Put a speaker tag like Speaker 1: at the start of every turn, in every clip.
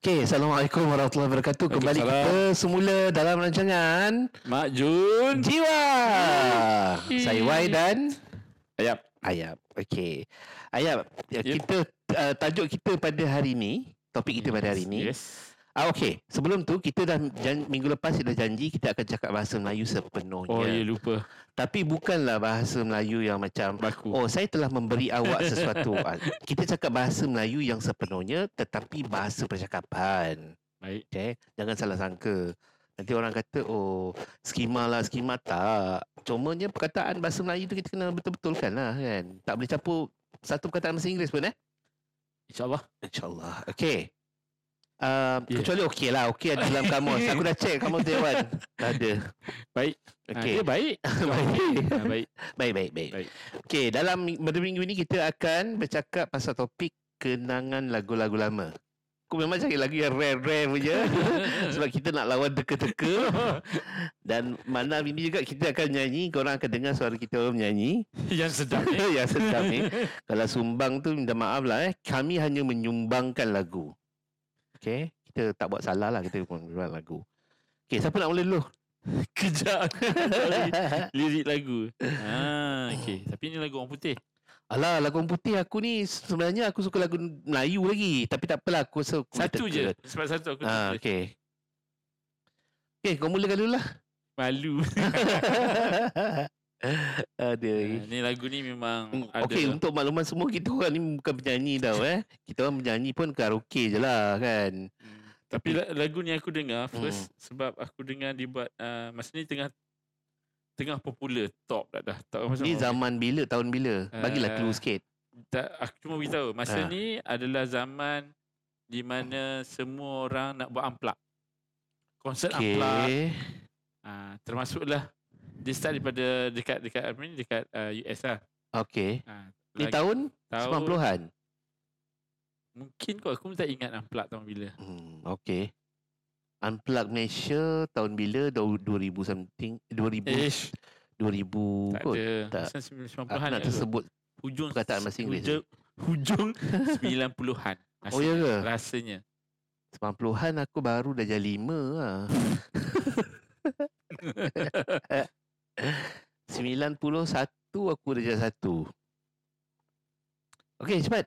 Speaker 1: Okey, Assalamualaikum warahmatullahi wabarakatuh. Kembali kita
Speaker 2: Waalaikumsalam.
Speaker 1: semula dalam rancangan
Speaker 2: Mak Jun.
Speaker 1: Jiwa.
Speaker 2: Hmm.
Speaker 1: Saya Wai dan
Speaker 2: Ayap.
Speaker 1: Ayab. Okey. Ayab, ya,
Speaker 2: Ya.
Speaker 1: kita uh, tajuk kita pada hari ini, topik kita pada hari ini.
Speaker 2: Yes.
Speaker 1: Ah okey, sebelum tu kita dah jan, minggu lepas kita dah janji kita akan cakap bahasa Melayu sepenuhnya.
Speaker 2: Oh, ya lupa.
Speaker 1: Tapi bukanlah bahasa Melayu yang macam
Speaker 2: Baku.
Speaker 1: Oh, saya telah memberi awak sesuatu. Ah, kita cakap bahasa Melayu yang sepenuhnya tetapi bahasa percakapan.
Speaker 2: Baik.
Speaker 1: Okay? Jangan salah sangka. Nanti orang kata, oh, skema lah, skema tak. Cumanya perkataan bahasa Melayu tu kita kena betul-betulkan lah kan. Tak boleh campur satu perkataan bahasa Inggeris pun eh.
Speaker 2: InsyaAllah.
Speaker 1: InsyaAllah. Okay. Uh,
Speaker 2: Ya.
Speaker 1: yeah. Kecuali okey lah. Okey ada dalam kamus. Aku dah check kamus dia Wan. Tak ada.
Speaker 2: Baik.
Speaker 1: Okay.
Speaker 2: Okay. Ah, Dia baik.
Speaker 1: Baik.
Speaker 2: Ah, baik.
Speaker 1: Baik, baik, baik.
Speaker 2: Baik.
Speaker 1: Okey, dalam mi- pada minggu ni kita akan bercakap pasal topik kenangan lagu-lagu lama. Aku memang cari lagu yang rare-rare punya sebab kita nak lawan teka-teka dan mana ini juga kita akan nyanyi, korang akan dengar suara kita orang menyanyi.
Speaker 2: Yang sedap eh.
Speaker 1: ya, sedap ni. Kalau sumbang tu minta maaf lah eh. Kami hanya menyumbangkan lagu. Okey, kita tak buat salah lah kita pun buat lagu. Okey, siapa nak mula dulu?
Speaker 2: Kejap. Sorry. Lirik lagu. Ah, okay. Tapi ni lagu orang putih.
Speaker 1: Alah lagu orang putih aku ni sebenarnya aku suka lagu Melayu lagi tapi tak apalah aku rasa aku
Speaker 2: Satu
Speaker 1: boleh
Speaker 2: je.
Speaker 1: teka.
Speaker 2: Sebab satu aku
Speaker 1: Oh, Ah
Speaker 2: tak boleh.
Speaker 1: okey. Okey kau mulakan dulu lah.
Speaker 2: malu.
Speaker 1: Ada.
Speaker 2: Ah, ni lagu ni memang ada.
Speaker 1: Hmm, Okey untuk makluman semua kita orang ni bukan penyanyi tau eh. Kita orang menyanyi pun karaoke je lah kan.
Speaker 2: Hmm. Tapi la- lagu ni aku dengar first
Speaker 1: Hmm.
Speaker 2: sebab aku dengar dibuat uh, masa ni tengah tengah popular top dah dah. Tak tahu pasal
Speaker 1: Ni
Speaker 2: orang-
Speaker 1: zaman bila tahun bila? Bagilah
Speaker 2: Ah.
Speaker 1: clue sikit.
Speaker 2: tak, aku cuma beritahu masa
Speaker 1: Ha.
Speaker 2: ni adalah zaman di mana semua orang nak buat amplak. Konsert okay. amplak
Speaker 1: Okey.
Speaker 2: uh, termasuklah dia start daripada dekat dekat apa ni dekat uh, US lah.
Speaker 1: Okey.
Speaker 2: Uh,
Speaker 1: Ni tahun,
Speaker 2: tahun
Speaker 1: 90-an.
Speaker 2: mungkin kot aku pun tak ingat amplak tahun bila.
Speaker 1: Hmm, okey. Unplug Malaysia tahun bila? Dau- 2000 something 2000
Speaker 2: Ish,
Speaker 1: 2000
Speaker 2: Eh, tak
Speaker 1: kot.
Speaker 2: ada.
Speaker 1: tak.
Speaker 2: Masa 90-an
Speaker 1: Aku nak
Speaker 2: kot.
Speaker 1: tersebut
Speaker 2: hujung
Speaker 1: perkataan bahasa Inggeris
Speaker 2: Hujung, hujung 90-an. Rasanya,
Speaker 1: Oh ya ke?
Speaker 2: rasanya.
Speaker 1: 90-an aku baru dah jadi 5 lah 91 aku dah jadi 1 Okey cepat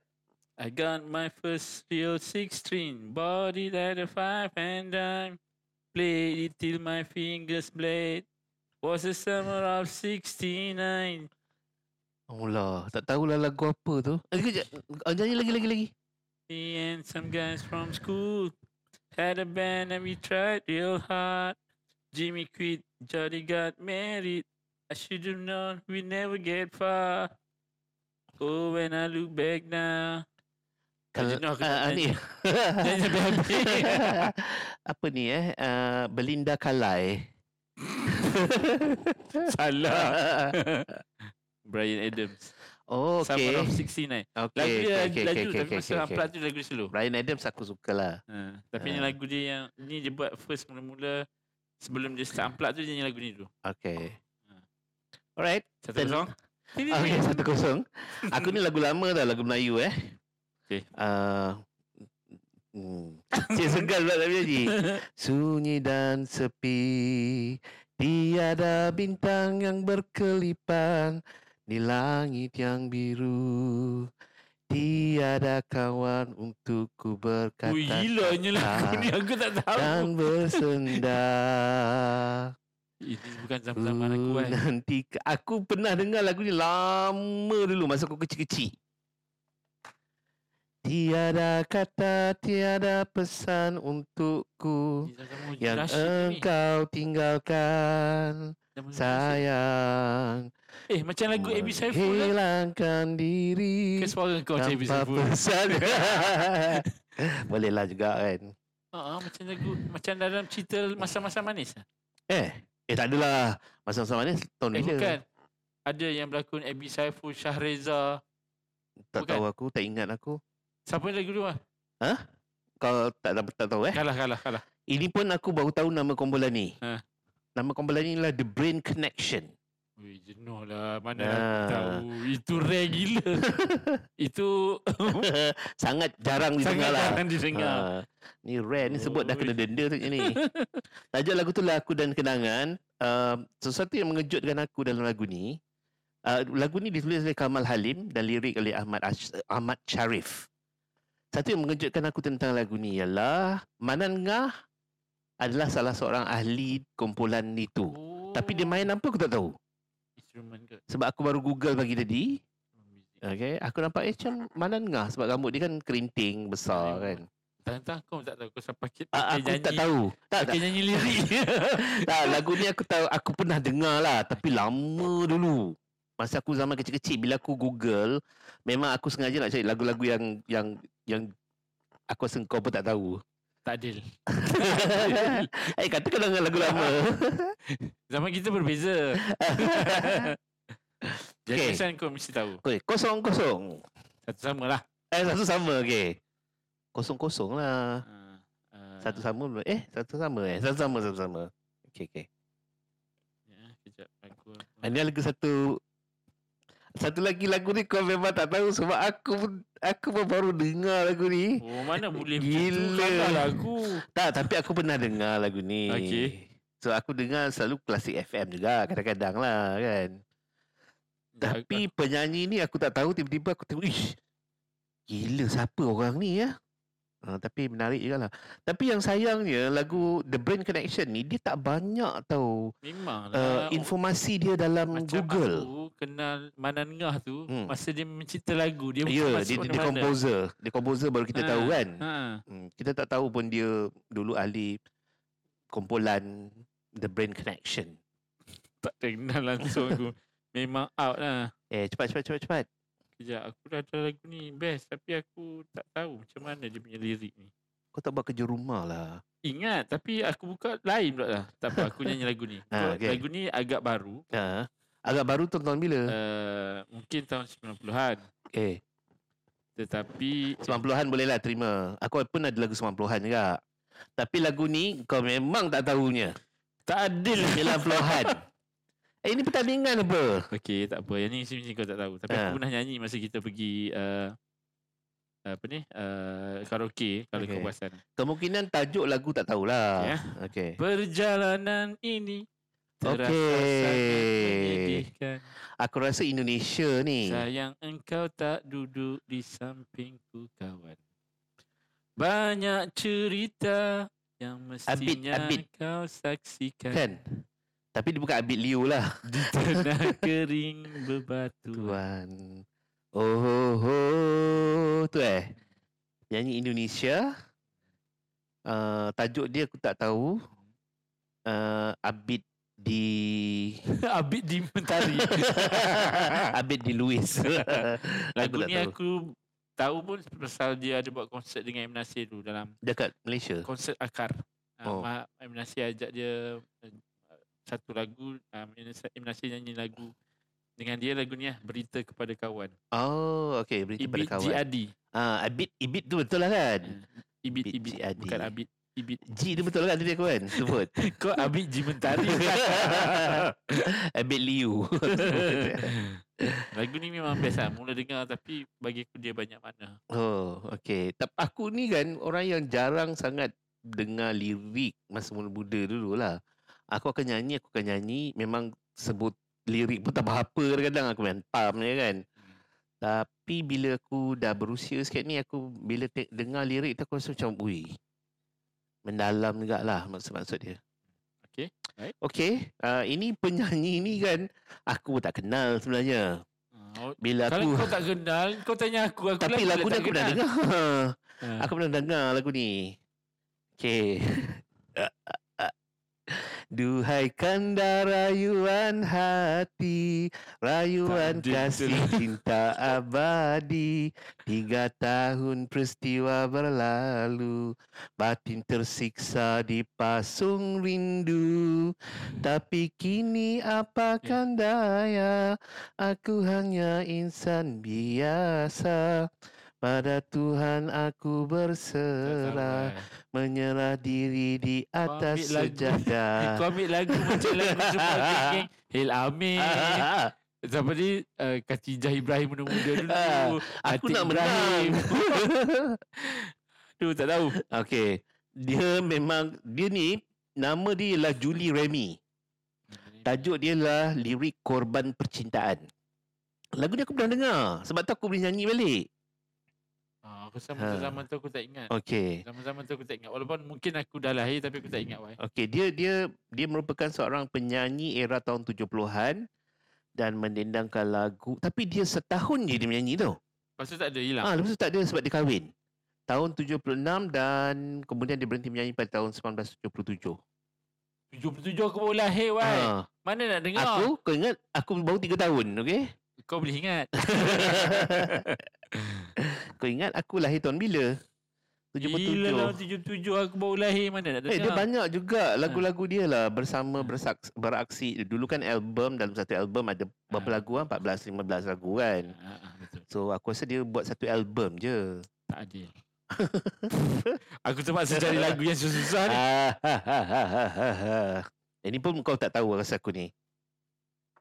Speaker 2: I got my first real sixteen, bought it at a five and dime, played it till my fingers bled. Was the summer of '69.
Speaker 1: Allah tak tahulah lagu apa tu Eh, kejap. Oh, Nyanyi lagi lagi lagi
Speaker 2: Me and some guys from school had a band and we tried real hard. Jimmy quit, Jody got married. I should have known we never get far. Oh, when I look back now.
Speaker 1: Kalau
Speaker 2: Jangan aku tak
Speaker 1: ah, ah, ni
Speaker 2: Jangan sampai habis.
Speaker 1: apa ni eh Ah, Belinda Kalai
Speaker 2: Salah. Brian Adams.
Speaker 1: oh okey
Speaker 2: Summer of 69.
Speaker 1: okey
Speaker 2: lah. Lagu
Speaker 1: okey,
Speaker 2: dia laju
Speaker 1: okey okey
Speaker 2: tapi
Speaker 1: okey,
Speaker 2: masa
Speaker 1: okey,
Speaker 2: amplak
Speaker 1: okey
Speaker 2: tu lagu dia slow.
Speaker 1: Brian Adams aku suka lah
Speaker 2: Ha, tapi ni
Speaker 1: Ah.
Speaker 2: lagu dia yang ni dia buat first mula-mula sebelum dia start amplak tu dia nyanyi lagu ni dulu.
Speaker 1: Okay
Speaker 2: Ha.
Speaker 1: Alright
Speaker 2: Satu
Speaker 1: Ten-
Speaker 2: kosong.
Speaker 1: Okay satu kosong Aku ni lagu lama dah Lagu Melayu eh
Speaker 2: Okey.
Speaker 1: uh, hmm. Cik Segal pula nak nyanyi Sunyi dan sepi Tiada bintang yang berkelipan Di langit yang biru Tiada kawan untuk ku berkata
Speaker 2: Ui gilanya lagu ni aku tak tahu.
Speaker 1: Dan bersenda
Speaker 2: Ini bukan zaman-zaman aku
Speaker 1: Ku
Speaker 2: kan.
Speaker 1: Hmm, Nanti ke- aku pernah dengar lagu ni lama dulu masa aku kecil-kecil. Tiada kata, tiada pesan untukku yang engkau tinggalkan. Sayang,
Speaker 2: Eh macam lagu AB Saiful lah.
Speaker 1: hilangkan diri
Speaker 2: Ke suara kau macam AB
Speaker 1: tanpa
Speaker 2: Saiful.
Speaker 1: pesan. Bolehlah juga kan.
Speaker 2: Ha, macam lagu macam dalam cerita masa-masa manis. lah.
Speaker 1: Eh, eh tak adalah. Masa-masa mana tahun
Speaker 2: Eh
Speaker 1: bila?
Speaker 2: bukan. Ada yang berlakon AB Saiful, Syahreza.
Speaker 1: Tak
Speaker 2: bukan.
Speaker 1: tahu aku, tak ingat aku.
Speaker 2: Siapa lagu dulu ah?
Speaker 1: Kau tak tak, tak tahu eh?
Speaker 2: Kalah kalah kalah.
Speaker 1: Ini pun aku baru tahu nama kumpulan ni.
Speaker 2: Ha.
Speaker 1: Nama kumpulan ni ialah The Brain Connection.
Speaker 2: Ui, Weh, jenuh lah. Mana
Speaker 1: Ah.
Speaker 2: aku tahu. Itu rare gila. Itu
Speaker 1: Sangat jarang
Speaker 2: Hmm. sangat
Speaker 1: didengar lah.
Speaker 2: jarang didengar.
Speaker 1: Ha. Ni rare ni sebut dah kena
Speaker 2: Oi.
Speaker 1: denda tu ni. Tajuk lagu tu lah aku dan kenangan. Um, sesuatu yang mengejutkan aku dalam lagu ni. Uh, lagu ni ditulis oleh Kamal Halim dan lirik oleh Ahmad Ash- Ahmad Sharif. Satu yang mengejutkan aku tentang lagu ni ialah Manan Ngah adalah salah seorang ahli kumpulan itu. Tapi dia
Speaker 2: Oh,
Speaker 1: main apa aku tak tahu.
Speaker 2: Instrumen ke?
Speaker 1: Sebab aku baru google pagi tadi. Okay, aku nampak eh macam Manan Ngah sebab rambut dia kan kerinting besar kan.
Speaker 2: Tentang kau tak tahu. Kau siapa kita
Speaker 1: Ah, aku tak tahu. Tak, tak,
Speaker 2: Pakai nyanyi lirik.
Speaker 1: tak, lagu ni aku tahu aku pernah dengar lah tapi lama dulu. Masa aku zaman kecil-kecil bila aku Google, memang aku sengaja nak cari lagu-lagu yang yang yang aku rasa kau pun tak tahu.
Speaker 2: tak adil.
Speaker 1: eh kata kau dengar lagu lama.
Speaker 2: Zaman kita berbeza. Jadi
Speaker 1: Okay.
Speaker 2: Hasan kau mesti tahu.
Speaker 1: Okey, kosong kosong.
Speaker 2: Satu sama lah.
Speaker 1: Eh satu sama okey. Kosong kosong lah.
Speaker 2: Ah, ah,
Speaker 1: Satu sama belum? eh satu sama eh satu sama satu sama. Okey okey.
Speaker 2: ya, Kejap. Aku,
Speaker 1: Ah, Ini lagu satu satu lagi lagu ni kau memang tak tahu sebab aku pun aku pun baru dengar lagu ni.
Speaker 2: oh, mana boleh macam tu?
Speaker 1: Gila.
Speaker 2: Salah lah aku.
Speaker 1: Tak, tapi aku pernah dengar lagu ni.
Speaker 2: Okey.
Speaker 1: So aku dengar selalu klasik FM juga kadang-kadang lah kan. Tapi penyanyi ni aku tak tahu tiba-tiba aku tengok ish. Gila siapa orang ni ya? Ha, tapi menarik juga lah. Tapi yang sayangnya lagu The Brain Connection ni dia tak banyak tahu
Speaker 2: Memang
Speaker 1: uh,
Speaker 2: lah.
Speaker 1: informasi dia dalam
Speaker 2: Macam
Speaker 1: Google.
Speaker 2: aku kenal Manan Ngah tu
Speaker 1: Ah, Hmm.
Speaker 2: Masa dia mencipta lagu Dia bukan
Speaker 1: Ya,
Speaker 2: masuk
Speaker 1: dia, dia, dia
Speaker 2: mana-mana
Speaker 1: composer. Dia composer baru kita tahu kan.
Speaker 2: ha.
Speaker 1: Hmm, kita tak tahu pun dia dulu ahli kumpulan The Brain Connection.
Speaker 2: Tak kenal langsung aku Memang out lah
Speaker 1: Eh, cepat, cepat, cepat, cepat.
Speaker 2: Kejap aku dah ada lagu ni best Tapi aku tak tahu macam mana dia punya lirik ni
Speaker 1: Kau tak buat kerja rumah lah.
Speaker 2: Ingat tapi aku buka lain pula lah Tak apa aku nyanyi lagu ni
Speaker 1: Ah,
Speaker 2: Kau-
Speaker 1: okay.
Speaker 2: Lagu ni agak baru
Speaker 1: Ha. Agak baru tonton bila?
Speaker 2: uh, Mungkin tahun 90-an
Speaker 1: Eh,
Speaker 2: Tetapi
Speaker 1: 90-an boleh lah terima. Aku pun ada lagu 90-an juga. Tapi lagu ni kau memang tak tahunya.
Speaker 2: Tak adil
Speaker 1: 90-an. eh, ini pertandingan apa?
Speaker 2: Okey, tak apa. Yang ni mesti mesti kau tak tahu. Tapi aku
Speaker 1: Ha.
Speaker 2: pernah nyanyi masa kita pergi uh, apa ni? Uh, karaoke kalau okay.
Speaker 1: Okey.
Speaker 2: kau perasan.
Speaker 1: Kemungkinan tajuk lagu tak tahulah.
Speaker 2: Ya.
Speaker 1: Okay.
Speaker 2: Perjalanan ini terasa
Speaker 1: Okey.
Speaker 2: sangat menyedihkan.
Speaker 1: Aku rasa Indonesia ni.
Speaker 2: Sayang engkau tak duduk di sampingku kawan. Banyak cerita yang mestinya
Speaker 1: abit.
Speaker 2: kau saksikan.
Speaker 1: Kan? Tapi dia bukan Abid Liu lah.
Speaker 2: Di tanah kering bebatuan.
Speaker 1: Tuan. Oh, oh, oh. Tu eh. Nyanyi Indonesia. Uh, tajuk dia aku tak tahu. Uh, Abid di...
Speaker 2: Abid di mentari.
Speaker 1: Abid di Luis. aku
Speaker 2: Lagu
Speaker 1: tak
Speaker 2: ni
Speaker 1: tahu.
Speaker 2: aku tahu pun pasal dia ada buat konsert dengan M Nasir dulu dalam
Speaker 1: Dekat Malaysia.
Speaker 2: konsert akar.
Speaker 1: Oh.
Speaker 2: Oh. Uh, M Nasir ajak dia uh, satu lagu um, M Nasir- M Nasir nyanyi lagu dengan dia lagu ni lah Berita Kepada Kawan.
Speaker 1: Oh, okay. Berita
Speaker 2: Ibit
Speaker 1: pada kawan.
Speaker 2: Jihadi.
Speaker 1: Ah, Abid, Ibid tu betul lah kan?
Speaker 2: Ibit
Speaker 1: Ibit
Speaker 2: Ibit
Speaker 1: Jihadi.
Speaker 2: bukan Abid. Ibit.
Speaker 1: G tu betul kan tadi aku kan? Sebut.
Speaker 2: Kau Abid Jimentari.
Speaker 1: Abid Liu.
Speaker 2: lagu ni memang best lah. Mula dengar tapi bagi aku dia banyak makna.
Speaker 1: Oh, okay. Tapi aku ni kan orang yang jarang sangat dengar lirik masa muda-muda dulu lah. Aku akan nyanyi, aku akan nyanyi. Memang sebut lirik pun tak apa-apa kadang-kadang aku main pam je kan.
Speaker 2: Hmm.
Speaker 1: Tapi bila aku dah berusia sikit ni, aku bila te- dengar lirik tu aku rasa macam, ui, mendalam juga lah maksud-maksud dia.
Speaker 2: Okay, baik.
Speaker 1: Okay, uh, ini penyanyi ni kan aku tak kenal sebenarnya.
Speaker 2: Uh,
Speaker 1: Bila
Speaker 2: kalau
Speaker 1: aku,
Speaker 2: kau tak kenal, kau tanya aku. aku
Speaker 1: tapi lagu ni
Speaker 2: tak
Speaker 1: aku pernah
Speaker 2: kenal.
Speaker 1: dengar.
Speaker 2: Ah.
Speaker 1: Aku pernah dengar lagu ni. Okay. Duhai kanda rayuan hati Rayuan
Speaker 2: Tak ada
Speaker 1: kasih cinta abadi Tiga tahun peristiwa berlalu Batin tersiksa dipasung rindu Tapi kini apakan daya Aku hanya insan biasa Pada Tuhan aku
Speaker 2: lah.
Speaker 1: berserah Menyerah diri di atas
Speaker 2: ambil lagu.
Speaker 1: sejadah
Speaker 2: Kau ambil lagu macam lagu semua geng Hil Amin. Siapa ni? Uh, Katijah Ibrahim muda-muda
Speaker 1: Ah,
Speaker 2: dulu.
Speaker 1: Aku
Speaker 2: Atik
Speaker 1: nak menang
Speaker 2: Aduh tak tahu.
Speaker 1: Okay Dia memang Dia ni Nama dia ialah Julie Remy Tajuk dia lah Lirik Korban Percintaan Lagu ni aku pernah dengar Sebab tu aku boleh nyanyi balik
Speaker 2: Ah, aku sama
Speaker 1: Ha.
Speaker 2: zaman tu aku tak ingat.
Speaker 1: Okay
Speaker 2: Zaman-zaman tu aku tak ingat. Walaupun mungkin aku dah lahir tapi aku tak ingat why.
Speaker 1: Okay dia dia dia merupakan seorang penyanyi era tahun 70-an dan mendendangkan lagu tapi dia setahun je dia menyanyi tau.
Speaker 2: Lepas tu tak ada hilang.
Speaker 1: Ah, lepas tu tak ada sebab dia kahwin. Tahun 76 dan kemudian dia berhenti menyanyi pada tahun 1977.
Speaker 2: 77 aku baru lahir why.
Speaker 1: Ah,
Speaker 2: Mana nak dengar?
Speaker 1: aku kau ingat aku baru 3 tahun, okey?
Speaker 2: Kau boleh ingat.
Speaker 1: kau ingat aku lahir tahun bila? 77.
Speaker 2: Gila lah 77 aku baru lahir mana nak dengar.
Speaker 1: Eh, dia banyak
Speaker 2: Hmm.
Speaker 1: juga lagu-lagu dia lah bersama bersaks, beraksi. Dulu kan album dalam satu album ada berapa
Speaker 2: Ah.
Speaker 1: lagu kan? 14 15 lagu kan.
Speaker 2: Ah, ah, betul.
Speaker 1: So aku rasa dia buat satu album je.
Speaker 2: Tak adil. aku terpaksa cari lagu yang susah-susah ni.
Speaker 1: Ah, ha, ha, ha, ha, ha, ha. Ini pun kau tak tahu rasa aku ni.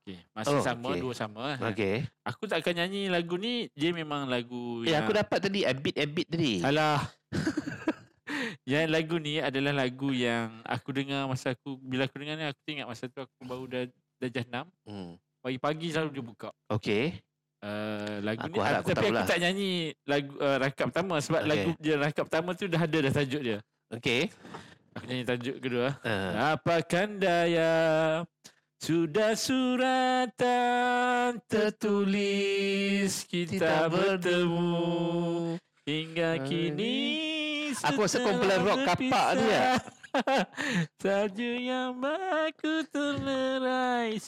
Speaker 2: Okay, masih
Speaker 1: Oh,
Speaker 2: sama,
Speaker 1: okay.
Speaker 2: dua sama. eh. Okay.
Speaker 1: Okay.
Speaker 2: Aku tak akan nyanyi lagu ni. Dia memang lagu
Speaker 1: Eh
Speaker 2: yang...
Speaker 1: aku dapat tadi a bit a bit tadi.
Speaker 2: Alah. yang lagu ni adalah lagu yang aku dengar masa aku... Bila aku dengar ni, aku ingat masa tu aku baru dah darjah 6.
Speaker 1: Hmm.
Speaker 2: Pagi-pagi selalu dia buka.
Speaker 1: Okay.
Speaker 2: Uh, lagu
Speaker 1: Aku
Speaker 2: ni
Speaker 1: harap
Speaker 2: aku,
Speaker 1: aku
Speaker 2: tapi aku
Speaker 1: tahulah.
Speaker 2: tak nyanyi lagu uh, rakap pertama sebab
Speaker 1: Okay.
Speaker 2: lagu dia rakap pertama tu dah ada dah tajuk dia.
Speaker 1: Okay.
Speaker 2: Aku nyanyi tajuk kedua. Hmm.
Speaker 1: Uh,
Speaker 2: Apakan daya Sudah suratan tertulis Kita bertemu Hingga kini
Speaker 1: Aku rasa
Speaker 2: setelah
Speaker 1: kumpulan rock kapak tu, ya?
Speaker 2: berpisah, Salju yang baku terlerai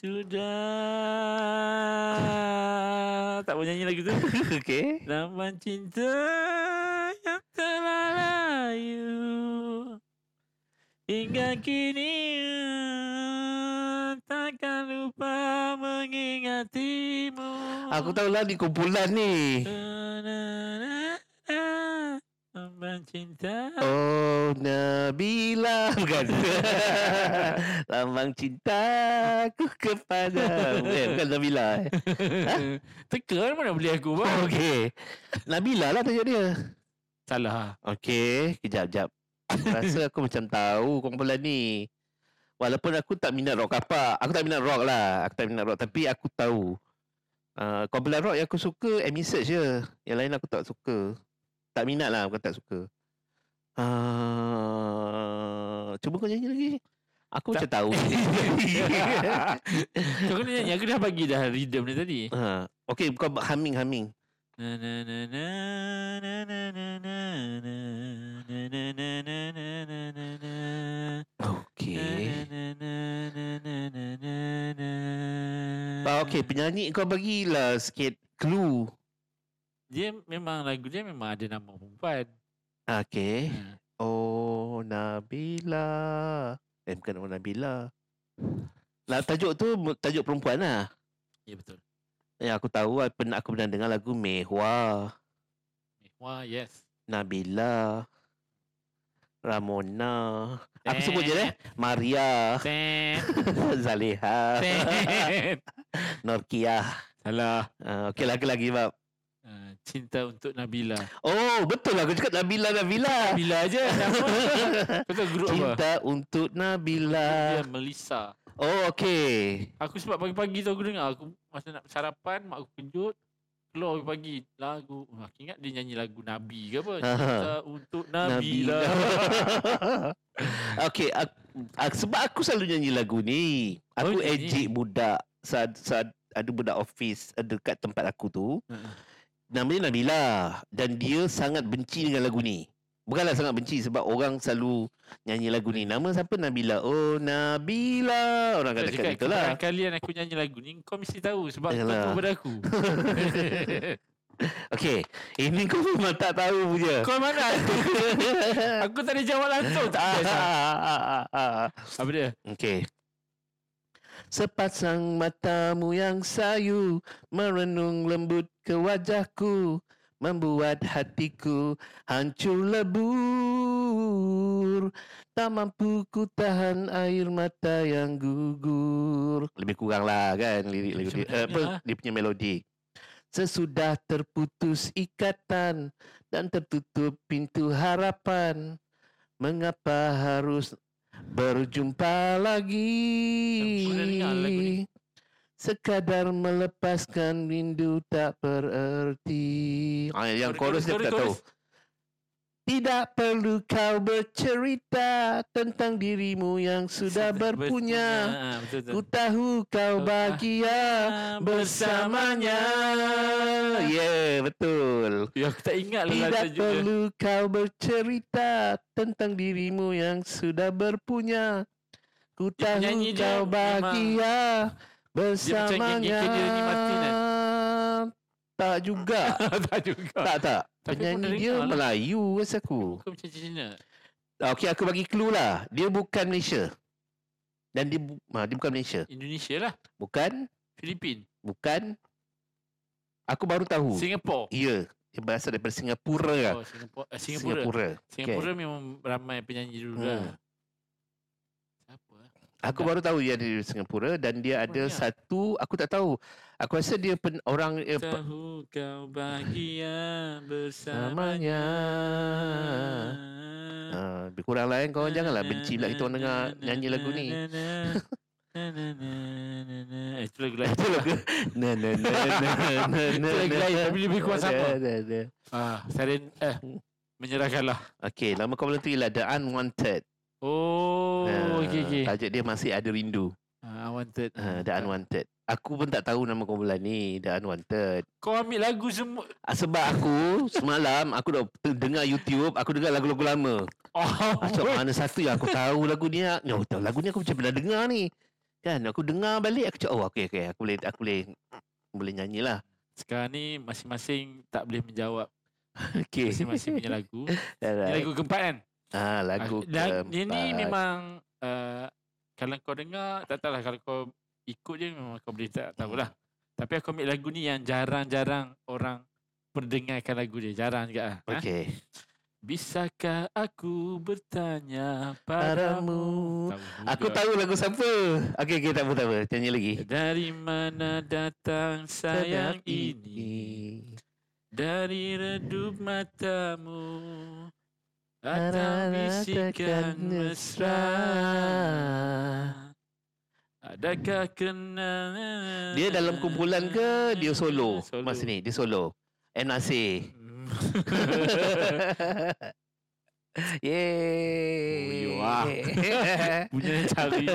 Speaker 2: Sudah Tak boleh nyanyi lagi tu
Speaker 1: okay.
Speaker 2: Laman cinta yang telah layu Hingga kini takkan lupa mengingatimu
Speaker 1: Aku tahulah ni kumpulan ni.
Speaker 2: Hmm. Laman cinta
Speaker 1: Oh Nabila Bukan Lambang cintaku kepada eh, Bukan Nabila eh.
Speaker 2: Teka mana boleh aku buat
Speaker 1: Okey Nabila lah tajuk dia
Speaker 2: Salah
Speaker 1: Okey Kejap kejap Aku rasa aku macam tahu kumpulan ni Walaupun aku tak minat rock apa Aku tak minat rock lah Aku tak minat rock Tapi aku tahu uh, Kumpulan rock yang aku suka Amy Search je Yang lain aku tak suka Tak minat lah Bukan tak suka uh, Cuba kau nyanyi lagi Aku
Speaker 2: Tak-
Speaker 1: macam tahu
Speaker 2: Kau kena nyanyi Aku dah bagi dah rhythm ni tadi
Speaker 1: uh, Okay kau humming-humming
Speaker 2: Na na na na na na na na na na na na na na na na. Na
Speaker 1: Okay
Speaker 2: na na na na na na na.
Speaker 1: Ah, Okay penyanyi kau bagilah sikit clue
Speaker 2: Dia memang lagu dia memang ada nama perempuan.
Speaker 1: Ah, Okay
Speaker 2: Ha.
Speaker 1: Oh Nabila Eh bukan Oh Nabila lah, Tajuk tu mu- Tajuk perempuan lah
Speaker 2: Ya betul.
Speaker 1: Yang aku tahu Aku pernah, aku pernah dengar lagu Mehwa
Speaker 2: Wah yes.
Speaker 1: Nabila Ramona Aku sebut je deh Maria
Speaker 2: Sen.
Speaker 1: Zaleha
Speaker 2: Sen.
Speaker 1: Norkia
Speaker 2: Salah.
Speaker 1: uh, Okay lagi-lagi bab
Speaker 2: Ah, Cinta untuk Nabila.
Speaker 1: Oh betul lah Aku cakap Nabila Nabila
Speaker 2: Nabila je. Nama. Kau tahu grup apa?
Speaker 1: Cinta untuk
Speaker 2: Dia
Speaker 1: Nabila
Speaker 2: Melissa.
Speaker 1: Oh okay
Speaker 2: Aku sebab pagi-pagi tu aku dengar aku masa nak sarapan mak aku kejut keluar pagi lagu Ah, aku ingat dia nyanyi lagu nabi ke apa cinta untuk nabi lah
Speaker 1: okay, aku, aku, sebab aku selalu nyanyi lagu ni. Aku
Speaker 2: Oh, nyanyi.
Speaker 1: ejek budak saat, saat ada budak office eh, dekat tempat aku tu.
Speaker 2: Ha-ha.
Speaker 1: Namanya Nabila dan dia sangat benci dengan lagu ni. Bukanlah sangat benci sebab orang selalu nyanyi lagu ni. Nama siapa Nabila? Oh Nabila. Orang
Speaker 2: Kau
Speaker 1: kata kat
Speaker 2: cakap
Speaker 1: gitu lah.
Speaker 2: kepada kalian aku nyanyi lagu ni kau mesti tahu sebab kau
Speaker 1: Yalah.
Speaker 2: tahu pada aku
Speaker 1: Okay. Ini kau memang tak tahu punya.
Speaker 2: kau mana aku tak ada jawab langsung tak
Speaker 1: Ah,
Speaker 2: best lah.
Speaker 1: ah, ah, ah, ah.
Speaker 2: apa dia
Speaker 1: Okey. Sepasang matamu yang sayu merenung lembut ke wajahku membuat hatiku hancur lebur. Tak mampu ku tahan air mata yang gugur. Lebih kurang lah kan lirik lirik dia. Eh, apa,
Speaker 2: Sebenarnya-
Speaker 1: dia punya melodi. Sesudah terputus ikatan dan tertutup pintu harapan, mengapa harus berjumpa
Speaker 2: Yang pernah dengar lagu ni.
Speaker 1: lagi? Sekadar melepaskan rindu tak bererti. Ah, yang chorus
Speaker 2: Chorus,
Speaker 1: dia
Speaker 2: chorus,
Speaker 1: tak tahu.
Speaker 2: chorus,
Speaker 1: Tidak perlu kau bercerita tentang dirimu yang sudah berpunya.
Speaker 2: Ah, betul, betul.
Speaker 1: Ku tahu kau
Speaker 2: Kau-
Speaker 1: bahagia
Speaker 2: Ah,
Speaker 1: bersamanya. Ya, yeah, betul.
Speaker 2: Ya, aku tak ingat lah
Speaker 1: Tidak
Speaker 2: lagu juga.
Speaker 1: perlu kau bercerita tentang dirimu yang sudah berpunya. Ku
Speaker 2: Dia
Speaker 1: tahu
Speaker 2: penyanyi dia
Speaker 1: kau
Speaker 2: memang-
Speaker 1: bahagia bersamanya.
Speaker 2: gigi dia ni Martin, kan?
Speaker 1: Tak juga.
Speaker 2: tak juga.
Speaker 1: tak tak.
Speaker 2: Tapi aku
Speaker 1: Penyanyi
Speaker 2: pernah
Speaker 1: dia
Speaker 2: dengar lah.
Speaker 1: Melayu rasa aku. Ah,
Speaker 2: Aku macam Cina.
Speaker 1: Okey aku bagi clue lah. Dia bukan Malaysia. Dan dia bu- ha, dia bukan Malaysia.
Speaker 2: Indonesia lah.
Speaker 1: Bukan
Speaker 2: Filipin.
Speaker 1: bukan Aku baru tahu.
Speaker 2: Singapura.
Speaker 1: Ya, dia berasal daripada Singapura. lah.
Speaker 2: Oh, Singapura. Ah, Singapura. Singapura, memang ramai penyanyi dulu
Speaker 1: Hmm.
Speaker 2: lah. Siapa? ah?
Speaker 1: Aku
Speaker 2: Tak.
Speaker 1: baru tahu dia ada di Singapura dan dia ada
Speaker 2: ya.
Speaker 1: satu aku tak tahu. Aku rasa dia pen, orang eh, pe-
Speaker 2: Tahu kau bahagia bersamanya.
Speaker 1: namanya. Ha, lebih kurang lain kau janganlah benci pula kita orang dengar nyanyi lagu ni.
Speaker 2: Eh, Itu lagu lain.
Speaker 1: Itu lagu. Na na na na na na.
Speaker 2: Itu lagu lain, tapi lebih kurang sama.
Speaker 1: sama.
Speaker 2: Ah, Sarin eh menyerahkanlah.
Speaker 1: Okey, lama kau melentui lah The Unwanted.
Speaker 2: Oh,
Speaker 1: Ah,
Speaker 2: okey okey.
Speaker 1: Tajuk dia masih ada rindu.
Speaker 2: Ah, I wanted.
Speaker 1: Ah, The Unwanted. Aku pun tak tahu nama kumpulan ni, The Unwanted.
Speaker 2: Kau ambil lagu semua.
Speaker 1: Ah, Sebab aku semalam aku dah ter- dengar YouTube, aku dengar lagu-lagu lama.
Speaker 2: Oh,
Speaker 1: Ah, Macam mana satu yang aku tahu lagu ni, ah, no, tahu lagu ni aku macam pernah dengar ni. Kan aku dengar balik aku cakap oh okey okey aku boleh aku boleh boleh lah." nyanyilah.
Speaker 2: Sekarang ni masing-masing tak boleh menjawab
Speaker 1: Okey.
Speaker 2: masing-masing punya lagu. Ini
Speaker 1: Alright.
Speaker 2: lagu keempat kan?
Speaker 1: Ah lagu
Speaker 2: Aku dan dia ni
Speaker 1: keempat.
Speaker 2: memang ha? uh, kalau kau dengar tak tahulah kalau kau ikut dia memang kau boleh tak tahulah. Tapi aku ambil lagu ni yang jarang-jarang orang perdengarkan lagu dia. Jarang juga ah. Ha?
Speaker 1: Okey.
Speaker 2: Bisakah aku bertanya
Speaker 1: Padamu.
Speaker 2: padamu? Tahu juga.
Speaker 1: Aku tahu lagu siapa. Okey okey tak apa tak apa. Nyanyi lagi.
Speaker 2: Eh, Dari mana datang sayang ini? Dari redup matamu Datang bisikan mesra Adakah kenangan
Speaker 1: Dia dalam kumpulan ke dia solo,
Speaker 2: Solo.
Speaker 1: masa ni? Dia solo. NRC.
Speaker 2: Hmm.
Speaker 1: Yeay.
Speaker 2: Oh, you are. Punya yang cari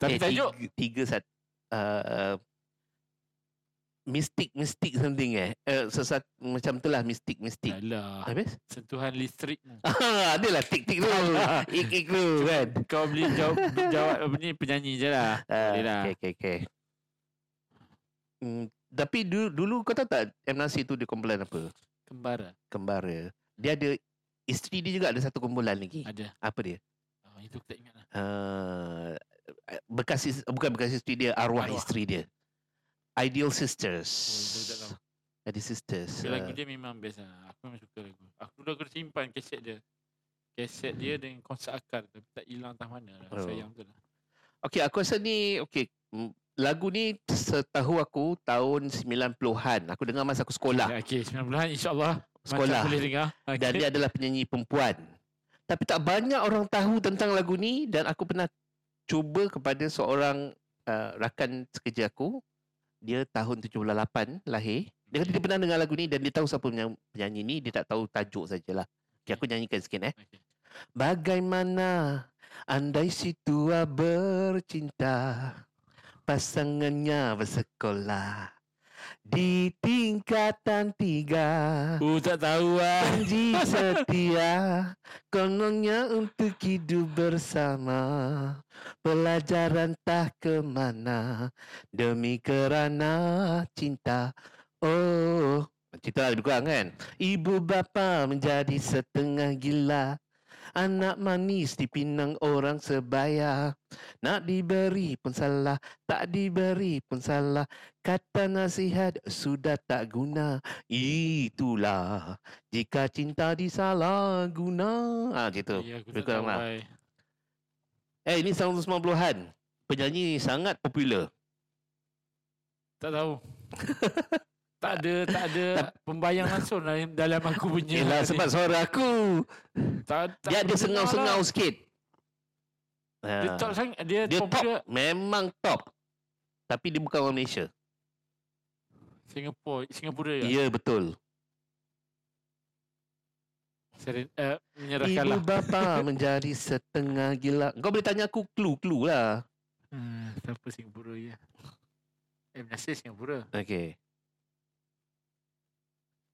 Speaker 2: Tapi
Speaker 1: eh,
Speaker 2: tajuk
Speaker 1: Tiga, tiga sat, uh, uh, Mystic Mystic something eh uh, sesat, Macam tu lah Mystic Mystic
Speaker 2: Alah
Speaker 1: Habis?
Speaker 2: Sentuhan listrikmu
Speaker 1: Adalah tik-tik tu
Speaker 2: lah.
Speaker 1: Ik-ik tu kan
Speaker 2: Kau boleh jawab, jawab apa ni penyanyi je lah
Speaker 1: Ah,
Speaker 2: Boleh lah.
Speaker 1: Okay okay okay mm, Tapi dulu, dulu kau tahu tak M. Nasir tu dia kumpulan apa?
Speaker 2: Kembara
Speaker 1: Kembara Dia ada Isteri dia juga ada satu kumpulan lagi
Speaker 2: Ada
Speaker 1: Apa dia?
Speaker 2: oh, Itu aku tak ingat lah
Speaker 1: uh, bekas is- bukan bekas isteri dia arwah,
Speaker 2: Arwah.
Speaker 1: isteri dia Ideal
Speaker 2: oh, Itu aku tak
Speaker 1: Sisters
Speaker 2: tahu
Speaker 1: Ideal Sisters
Speaker 2: Tapi lagu
Speaker 1: ah.
Speaker 2: dia memang best lah. Aku memang suka lagu. Aku dulu aku simpan kaset dia. Kaset dia dengan konsert akar tapi tak hilang entah mana lah.
Speaker 1: Hmm. Oh.
Speaker 2: Sayang tu lah.
Speaker 1: Okay aku rasa ni Okay mm, Lagu ni setahu aku tahun 90-an Aku dengar masa aku sekolah
Speaker 2: Okay, 90-an insyaAllah.
Speaker 1: Sekolah
Speaker 2: Macam boleh dengar. Okay.
Speaker 1: Dan dia adalah penyanyi perempuan Tapi tak banyak orang tahu tentang lagu ni Dan aku pernah cuba kepada seorang uh, rakan sekerja aku Dia tahun 78 lahir Dia kata dia pernah dengar lagu ni Dan dia tahu siapa penyang- penyanyi ni Dia tak tahu tajuk sajalah Okay, aku nyanyikan sikit eh
Speaker 2: Okay.
Speaker 1: Bagaimana andai si tua bercinta Pasangannya bersekolah Di tingkatan tiga
Speaker 2: Oh, tak tahu lah.
Speaker 1: Janji setia Kononnya untuk hidup bersama Pelajaran tak kemana Demi kerana cinta Oh Cinta lebih kurang kan Ibu bapa menjadi setengah gila Anak manis di Pinang orang sebaya Nak diberi pun salah Tak diberi pun salah Kata nasihat sudah tak guna Itulah Jika cinta disalah guna Ah gitu
Speaker 2: Ya, aku
Speaker 1: lebih
Speaker 2: tak
Speaker 1: kurang
Speaker 2: tahu
Speaker 1: lah.
Speaker 2: why. Ya.
Speaker 1: Eh ini tahun 90-an Penyanyi sangat popular
Speaker 2: Tak tahu. tak ada tak ada pembayang langsung dalam, dalam aku punya.
Speaker 1: Yelah sebab suara aku
Speaker 2: tak, Ya. tak
Speaker 1: Dia ada
Speaker 2: aku dengar
Speaker 1: sengau-sengau
Speaker 2: lah.
Speaker 1: sikit
Speaker 2: Dia
Speaker 1: Ah.
Speaker 2: top sangat dia,
Speaker 1: Dia top
Speaker 2: popular
Speaker 1: Memang top Tapi dia bukan orang Malaysia
Speaker 2: Singapura Singapura
Speaker 1: Ya
Speaker 2: ya.
Speaker 1: yeah, betul
Speaker 2: Seren, uh, menyerahkanlah.
Speaker 1: Ibu bapa menjadi setengah gila Kau boleh tanya aku clue-clue lah
Speaker 2: Hmm, siapa Singapura ya? Eh, Nasir Singapura.
Speaker 1: Okay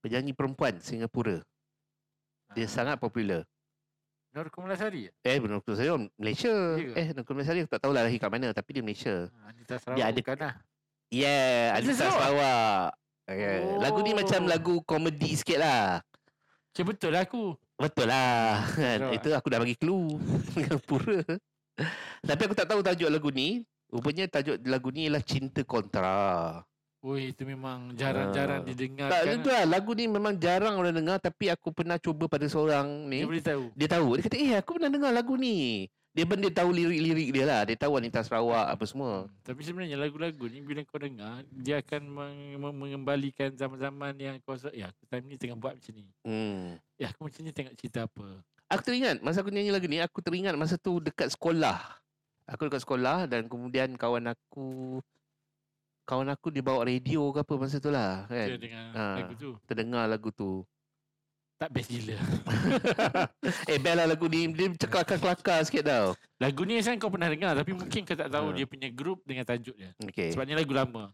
Speaker 1: Penyanyi perempuan Singapura Dia
Speaker 2: Ah,
Speaker 1: sangat popular
Speaker 2: Nur Kumulasari ya?
Speaker 1: Eh benar betul saya orang Malaysia
Speaker 2: Ya ke?
Speaker 1: Eh Nukul Mesari aku tak tahulah lahir kat mana Tapi dia Malaysia
Speaker 2: Ah, Anita Sarawak
Speaker 1: ada-
Speaker 2: bukan lah.
Speaker 1: Yeah
Speaker 2: Dia
Speaker 1: Alisa
Speaker 2: Sarawak?
Speaker 1: Sarawak okay. Lagu ni macam
Speaker 2: Oh.
Speaker 1: lagu komedi sikit lah
Speaker 2: Cik betul lah aku.
Speaker 1: Betul lah kan?
Speaker 2: Sarawak.
Speaker 1: Itu aku dah bagi clue Singapura Tapi aku tak tahu tajuk lagu ni Rupanya tajuk lagu ni ialah Cinta Kontra
Speaker 2: Oi, itu memang
Speaker 1: Ah.
Speaker 2: jarang-jarang didengar.
Speaker 1: Tak tentu lah Lagu ni memang jarang orang dengar Tapi aku pernah cuba pada seorang ni
Speaker 2: Dia boleh tahu.
Speaker 1: Dia tahu Dia kata eh aku pernah dengar lagu ni Dia pun dia tahu lirik-lirik dia lah Dia tahu Anita Sarawak apa semua
Speaker 2: Hmm, Tapi sebenarnya lagu-lagu ni bila kau dengar, dia akan meng- meng- mengembalikan zaman-zaman yang kau rasa, ya aku time ni tengah buat macam ni.
Speaker 1: hmm.
Speaker 2: Ya aku macam ni tengok cerita apa.
Speaker 1: Aku teringat Masa aku nyanyi lagu ni Aku teringat masa tu dekat sekolah Aku dekat sekolah Dan kemudian kawan aku Kawan aku dia bawa radio ke apa masa tu lah kan
Speaker 2: Dia dengar
Speaker 1: Ah.
Speaker 2: lagu tu.
Speaker 1: Terdengar lagu tu
Speaker 2: Tak best gila.
Speaker 1: Eh best lah lagu ni Dia macam kelakar-kelakar sikit tau
Speaker 2: Lagu ni kan kau pernah dengar tapi mungkin kau tak tahu
Speaker 1: Ah. Eh.
Speaker 2: dia punya grup dengan tajuk dia.
Speaker 1: Okay
Speaker 2: Sebab ni lagu lama.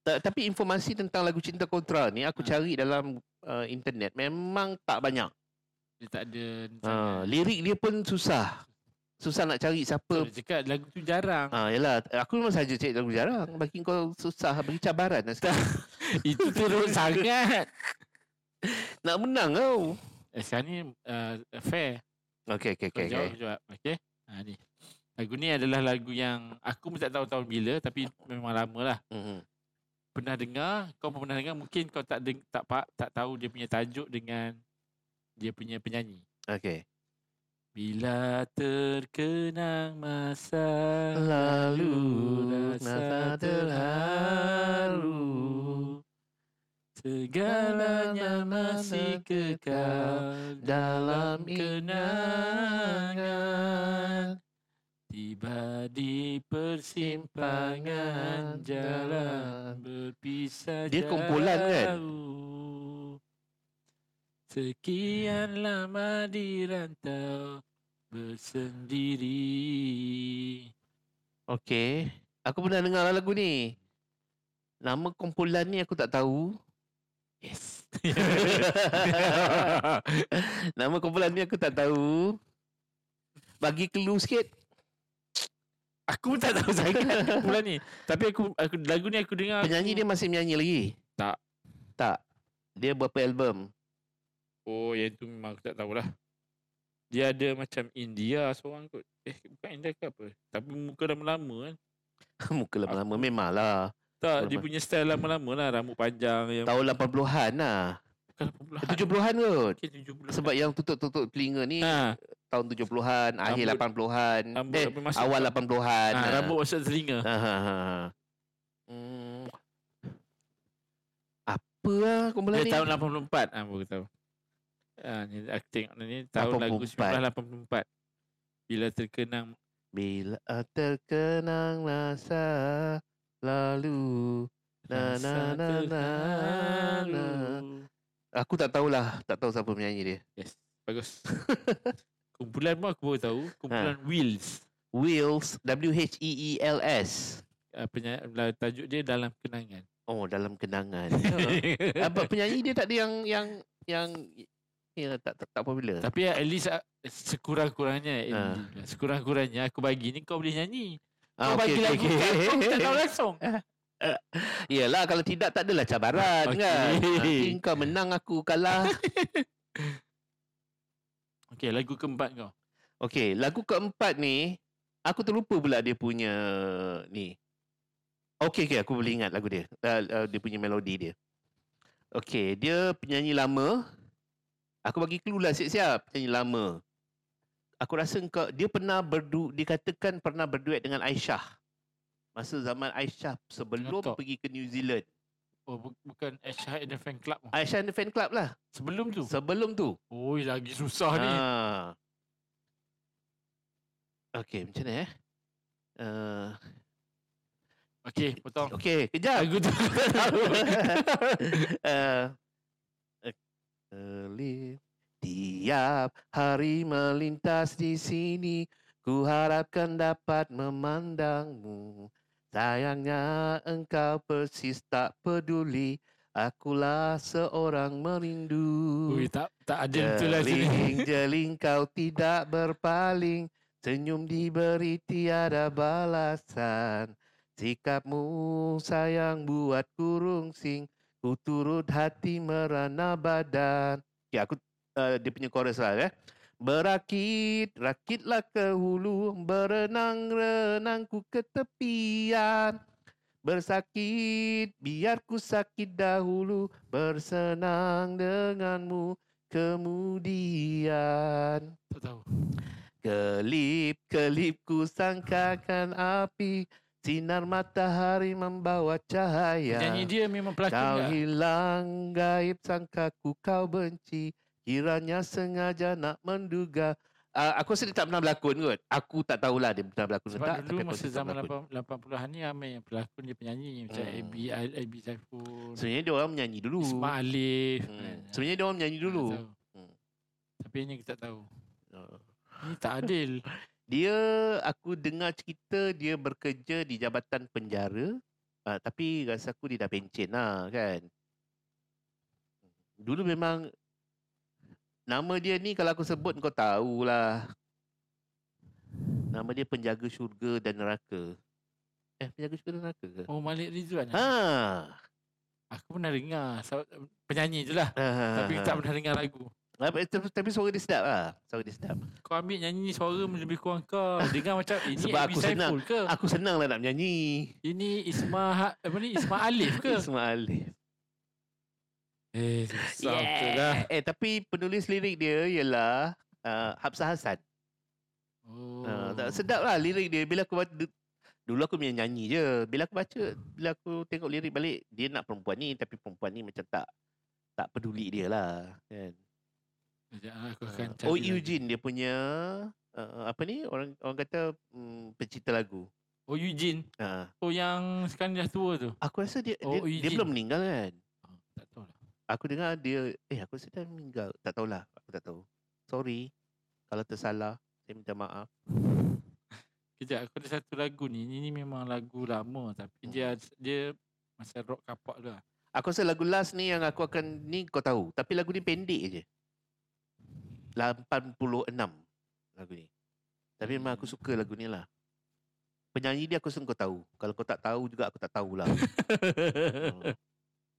Speaker 1: Ta- tapi informasi tentang lagu Cinta Kontra ni aku
Speaker 2: Ha.
Speaker 1: cari dalam uh, internet memang tak banyak.
Speaker 2: Dia tak ada
Speaker 1: Ha,
Speaker 2: sangat.
Speaker 1: lirik dia pun susah. Susah nak cari siapa.
Speaker 2: Dia cakap lagu tu jarang.
Speaker 1: Ha, yalah, aku memang saja cari lagu jarang. Bagi kau susah, bagi cabaran lah sikit.
Speaker 2: Itu teruk sangat.
Speaker 1: Nak menang kau.
Speaker 2: Eh, sekarang ni uh, fair.
Speaker 1: Okey, okey,
Speaker 2: Kau
Speaker 1: okey.
Speaker 2: okay,
Speaker 1: Okay.
Speaker 2: jawab, okay. jawab. Okay. Ha, ni. Lagu ni adalah lagu yang aku pun tak tahu tahun bila tapi memang lama lah.
Speaker 1: Mm-hmm.
Speaker 2: Pernah dengar, kau pun pernah dengar. Mungkin kau tak deng- tak pak, tak tahu dia punya tajuk dengan dia punya penyanyi.
Speaker 1: Okey.
Speaker 2: Bila terkenang masa
Speaker 1: Lalu
Speaker 2: rasa terharu Segalanya masih kekal
Speaker 1: Dalam
Speaker 2: kenangan
Speaker 1: kenangan
Speaker 2: Tiba di persimpangan jalan berpisah
Speaker 1: Dia kumpulan kan?
Speaker 2: jauh. Sekian lama dirantau bersendiri
Speaker 1: Okey. Aku pernah dengar lah lagu ni. Nama kumpulan ni aku tak tahu.
Speaker 2: Yes
Speaker 1: Nama kumpulan ni aku tak tahu. Bagi clue sikit.
Speaker 2: Aku pun tak tahu sangat kumpulan ni Tapi aku, aku lagu ni aku dengar
Speaker 1: Penyanyi dia masih menyanyi lagi?
Speaker 2: Tak.
Speaker 1: Tak. Dia berapa album?
Speaker 2: Oh yang tu memang aku tak tahulah Dia ada macam India seorang kot Eh bukan India ke apa Tapi muka lama-lama kan
Speaker 1: Muka lama-lama memang lah.
Speaker 2: Tak dia
Speaker 1: Lama.
Speaker 2: punya style lama-lama lah Rambut panjang yang
Speaker 1: Tahun 80-an lah.
Speaker 2: Bukan 80-an
Speaker 1: Eh, 70-an kot.
Speaker 2: Mungkin 70-an
Speaker 1: Sebab yang tutup-tutup telinga ni
Speaker 2: ha,
Speaker 1: tahun 70-an, akhir
Speaker 2: Rambut-
Speaker 1: 80-an.
Speaker 2: rambut
Speaker 1: Eh,
Speaker 2: apa masuk
Speaker 1: awal
Speaker 2: tak-
Speaker 1: 80-an.
Speaker 2: ha,
Speaker 1: ah.
Speaker 2: Rambut masuk telinga
Speaker 1: Ha, ha, ha, ha. Hmm. Apa lah kumpulan
Speaker 2: Dia
Speaker 1: ni?
Speaker 2: tahun 84 ah aku tahu. Ah ni aku tengok ni tahun lagu 1984. Bila terkenang
Speaker 1: Bila terkenang masa lalu na na
Speaker 2: masa
Speaker 1: na na na.
Speaker 2: terlalu.
Speaker 1: Aku tak tahulah, tak tahu siapa penyanyi dia.
Speaker 2: Yes, bagus. kumpulan pun aku baru tahu, kumpulan
Speaker 1: Ha.
Speaker 2: Wheels.
Speaker 1: Wheels, W H E E L S.
Speaker 2: Uh, penya- la- tajuk dia dalam kenangan.
Speaker 1: Oh, dalam kenangan. Ya. Apa penyanyi dia tak ada yang yang yang ya tak tak, tak popular.
Speaker 2: Tapi at least ah, sekurang-kurangnya at
Speaker 1: Ah.
Speaker 2: least lah, sekurang-kurangnya aku bagi ni kau boleh nyanyi. Kau
Speaker 1: Ah,
Speaker 2: bagi
Speaker 1: okey,
Speaker 2: lagu
Speaker 1: okey,
Speaker 2: kat aku, aku tak tahu
Speaker 1: okey.
Speaker 2: langsung.
Speaker 1: Yalah kalau tidak tak adalah cabaran
Speaker 2: Okey.
Speaker 1: kan. Nanti kau menang aku kalah.
Speaker 2: Okay, lagu keempat kau.
Speaker 1: Okay, lagu keempat ni aku terlupa pula dia punya ni. Okay, okay, aku boleh ingat lagu dia. Uh, uh, dia punya melodi dia. Okay, dia penyanyi lama. Aku bagi clue lah siap-siap penyanyi lama. Aku rasa engkau dia pernah berdu dikatakan pernah berduet dengan Aisyah. Masa zaman Aisyah sebelum
Speaker 2: Dengan Tok.
Speaker 1: pergi ke New Zealand.
Speaker 2: Oh, bu- bukan Aisyah and the Fan Club. ah.
Speaker 1: Aisyah and the fan club lah.
Speaker 2: Sebelum tu.
Speaker 1: Sebelum tu.
Speaker 2: Oi, lagi susah ni.
Speaker 1: Ah. Okay, macam mana eh? Uh,
Speaker 2: Okay, potong.
Speaker 1: okay, kejap.
Speaker 2: Lagu tu.
Speaker 1: uh, early. Tiap hari melintas di sini Ku harapkan dapat memandangmu Sayangnya engkau persis tak peduli Akulah seorang merindu
Speaker 2: Ui, tak, tak adil betul lah sini.
Speaker 1: Jeling-jeling kau tidak berpaling Senyum diberi tiada balasan Sikapmu sayang buatku rungsing Ku turut hati merana badan Ya aku uh, dia punya chorus lah eh Berakit, rakitlah ke hulu Berenang-renang ku ke tepian Bersakit, biar ku sakit dahulu Bersenang denganmu Kemudian
Speaker 2: Tak tahu.
Speaker 1: kelip-kelip ku sangkakan api Sinar matahari membawa cahaya
Speaker 2: Penyanyi dia memang pelakon
Speaker 1: Kau
Speaker 2: tak?
Speaker 1: hilang gaib sangkaku kau benci Kiranya sengaja nak menduga uh, Aku rasa dia tak pernah berlakon kot Aku tak tahulah dia pernah berlakon ke
Speaker 2: Sebab
Speaker 1: tak
Speaker 2: dulu
Speaker 1: aku
Speaker 2: masa
Speaker 1: rasa tak
Speaker 2: zaman
Speaker 1: berlakon.
Speaker 2: 80-an ni ramai yang pelakon dia penyanyi macam
Speaker 1: Hmm.
Speaker 2: AB Al- AB Saiful,
Speaker 1: Sebenarnya dia orang menyanyi dulu
Speaker 2: Ismail Alif.
Speaker 1: hmm.
Speaker 2: kan.
Speaker 1: Sebenarnya dia orang menyanyi
Speaker 2: Tak
Speaker 1: dulu Oh.
Speaker 2: tahu.
Speaker 1: Hmm.
Speaker 2: Tapi ini kita tak tahu. Ini tak adil.
Speaker 1: Dia aku dengar cerita dia bekerja di jabatan penjara uh, tapi rasa aku dia dah pencen lah kan. Dulu memang nama dia ni kalau aku sebut kau tahulah. Nama dia penjaga syurga dan neraka. Eh penjaga syurga dan neraka ke?
Speaker 2: Oh Malik Rizwan.
Speaker 1: Ha.
Speaker 2: Aku pernah dengar Sa- penyanyi je lah.
Speaker 1: Ha,
Speaker 2: Tapi tak pernah dengar lagu.
Speaker 1: Ah. Tapi, tapi, tapi suara dia sedap lah. Suara dia sedap.
Speaker 2: Kau ambil nyanyi suara lebih kurang kau. Dengar macam ini
Speaker 1: Hmm. Sebab
Speaker 2: AB
Speaker 1: aku senang.
Speaker 2: Saiful ke?
Speaker 1: Aku senang lah nak menyanyanyi.
Speaker 2: Ini Ismail Ha- apa ni Ismail Alif ke?
Speaker 1: Ismail Alif.
Speaker 2: Eh, susah betul lah.
Speaker 1: Eh tapi penulis lirik dia ialah uh, Hafsah Hassan.
Speaker 2: Oh.
Speaker 1: Oh. Uh, tak sedap lah lirik dia bila aku baca du- dulu aku punya nyanyi je. Bila aku baca bila aku tengok lirik balik dia nak perempuan ni tapi perempuan ni macam tak tak peduli dia lah kan.
Speaker 2: Sekejap lah, Aku akan
Speaker 1: Uh,
Speaker 2: cari
Speaker 1: oh
Speaker 2: lagu.
Speaker 1: Eugene dia punya uh, apa ni orang orang kata um, pencipta lagu.
Speaker 2: Oh Eugene.
Speaker 1: Uh,
Speaker 2: Oh yang sekarang dah tua tu.
Speaker 1: aku rasa dia, oh,
Speaker 2: Oh,
Speaker 1: dia, dia
Speaker 2: Eugene.
Speaker 1: belum meninggal kan.
Speaker 2: Ah, Tak tahu lah.
Speaker 1: Aku dengar dia Eh aku rasa dia meninggal Tak tahulah Aku tak tahu Sorry Kalau tersalah Saya minta maaf
Speaker 2: Kejap, aku ada satu lagu ni. Ini, ni memang lagu lama tapi
Speaker 1: Hmm.
Speaker 2: dia dia masa rock kapak tu lah.
Speaker 1: Aku rasa lagu last ni Yang aku akan Ni kau tahu Tapi lagu ni pendek je 86 Lagu ni Tapi memang aku suka lagu ni lah Penyanyi dia aku rasa kau tahu Kalau kau tak tahu juga Aku tak tahulah
Speaker 2: Oh.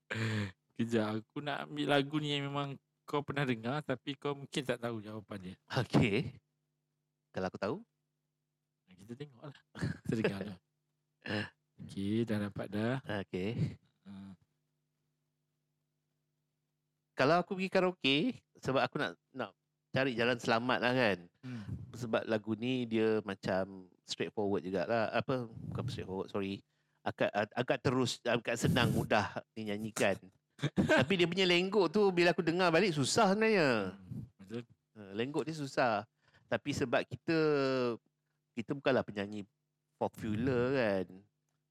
Speaker 1: Hmm.
Speaker 2: Kejap, aku nak ambil lagu ni yang memang kau pernah dengar tapi kau mungkin tak tahu jawapan dia.
Speaker 1: Okay Kalau aku tahu
Speaker 2: Kita tengok lah. Kita dengar lah. Okey, dah dapat dah.
Speaker 1: Okay
Speaker 2: Ah,
Speaker 1: Kalau aku pergi karaoke Sebab aku nak Nak cari jalan selamat lah kan
Speaker 2: Hmm.
Speaker 1: sebab lagu ni dia macam straightforward jugalah apa bukan straightforward sorry agak ag- agak terus agak senang mudah dinyanyikan tapi dia punya lenggok tu bila aku dengar balik susah sebenarnya
Speaker 2: Hmm. Betul.
Speaker 1: Ha, lenggok dia susah tapi sebab kita kita bukanlah penyanyi popular kan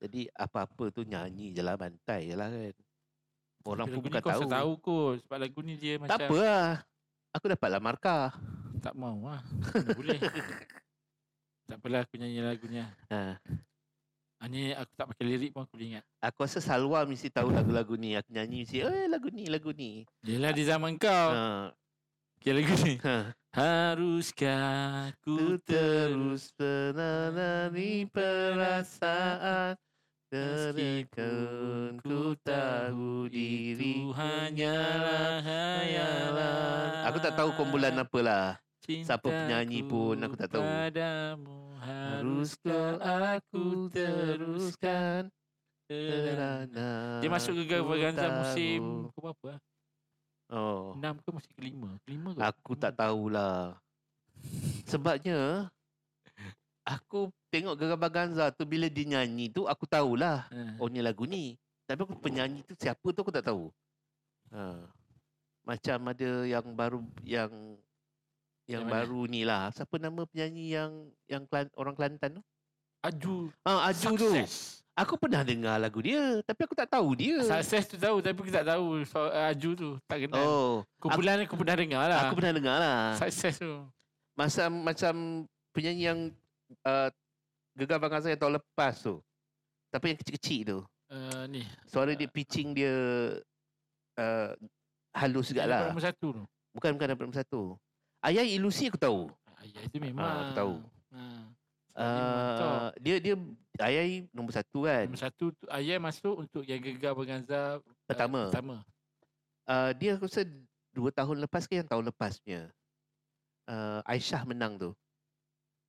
Speaker 1: jadi apa-apa tu nyanyi je lah bantai je lah kan orang pun
Speaker 2: Tapi lagu ni
Speaker 1: bukan
Speaker 2: kau
Speaker 1: tahu
Speaker 2: asal tahu kot sebab lagu ni dia
Speaker 1: tak
Speaker 2: macam
Speaker 1: apa lah aku dapatlah markah
Speaker 2: tak mau lah. Mana boleh. tak apalah aku nyanyi lagunya.
Speaker 1: ha.
Speaker 2: Ah, ni aku tak pakai lirik pun aku boleh ingat.
Speaker 1: Aku rasa Salwa mesti tahu lagu-lagu ni. Aku nyanyi mesti, eh lagu ni, lagu ni.
Speaker 2: Yelah lah di zaman kau.
Speaker 1: Ha.
Speaker 2: Okay, lagu ni.
Speaker 1: Ha.
Speaker 2: Haruskah
Speaker 1: Ku
Speaker 2: ku terus
Speaker 1: terus menanami perasaan Meskipun ku tahu diri
Speaker 2: Itu hanyalah
Speaker 1: hayalan
Speaker 2: hayalan
Speaker 1: Aku tak tahu kumpulan apalah
Speaker 2: Cintaku
Speaker 1: Siapa penyanyi pun aku tak tahu.
Speaker 2: Padamu haruskah aku teruskan terang. Dia masuk ke Vaganza musim ke berapa? ah?
Speaker 1: Oh
Speaker 2: Enam ke musim kelima? Kelima ke?
Speaker 1: Aku tak tahulah Sebabnya Aku tengok Gaga Baganza tu Bila dia nyanyi tu Aku tahulah
Speaker 2: Ha.
Speaker 1: Oh ni lagu ni Tapi aku penyanyi tu Siapa tu aku tak tahu ha. Macam ada yang baru Yang Yang
Speaker 2: Yang mana?
Speaker 1: baru ni lah Siapa nama penyanyi yang Yang Kelan, orang Kelantan tu
Speaker 2: Aju
Speaker 1: ha, Aju tu
Speaker 2: Success.
Speaker 1: Aku pernah dengar lagu dia Tapi aku tak tahu dia
Speaker 2: Success tu tahu tapi kita tak tahu so, Aju tu tak kenal. Oh,
Speaker 1: Oh
Speaker 2: kumpulan aku, aku pernah dengar lah.
Speaker 1: Aku pernah dengar lah
Speaker 2: Success tu.
Speaker 1: Masa macam penyanyi yang uh, Gegar Bangsa yang tahun lepas tu. Tapi yang kecil-kecil tu.
Speaker 2: Uh, ni.
Speaker 1: Suara dia pitching dia uh, halus juga lah.
Speaker 2: Nombor satu tu.
Speaker 1: Bukan bukan dapat nombor satu. Ayah ilusi aku tahu.
Speaker 2: Ayah itu memang.
Speaker 1: Ah, aku tahu.
Speaker 2: Ha. Uh,
Speaker 1: Uh, dia dia Ayah nombor satu kan.
Speaker 2: Nombor satu tu Ayah masuk untuk yang gegar berganza ah,
Speaker 1: Pertama.
Speaker 2: pertama.
Speaker 1: Uh, dia aku rasa dua tahun lepas ke yang tahun lepasnya. Uh, Aisyah menang tu.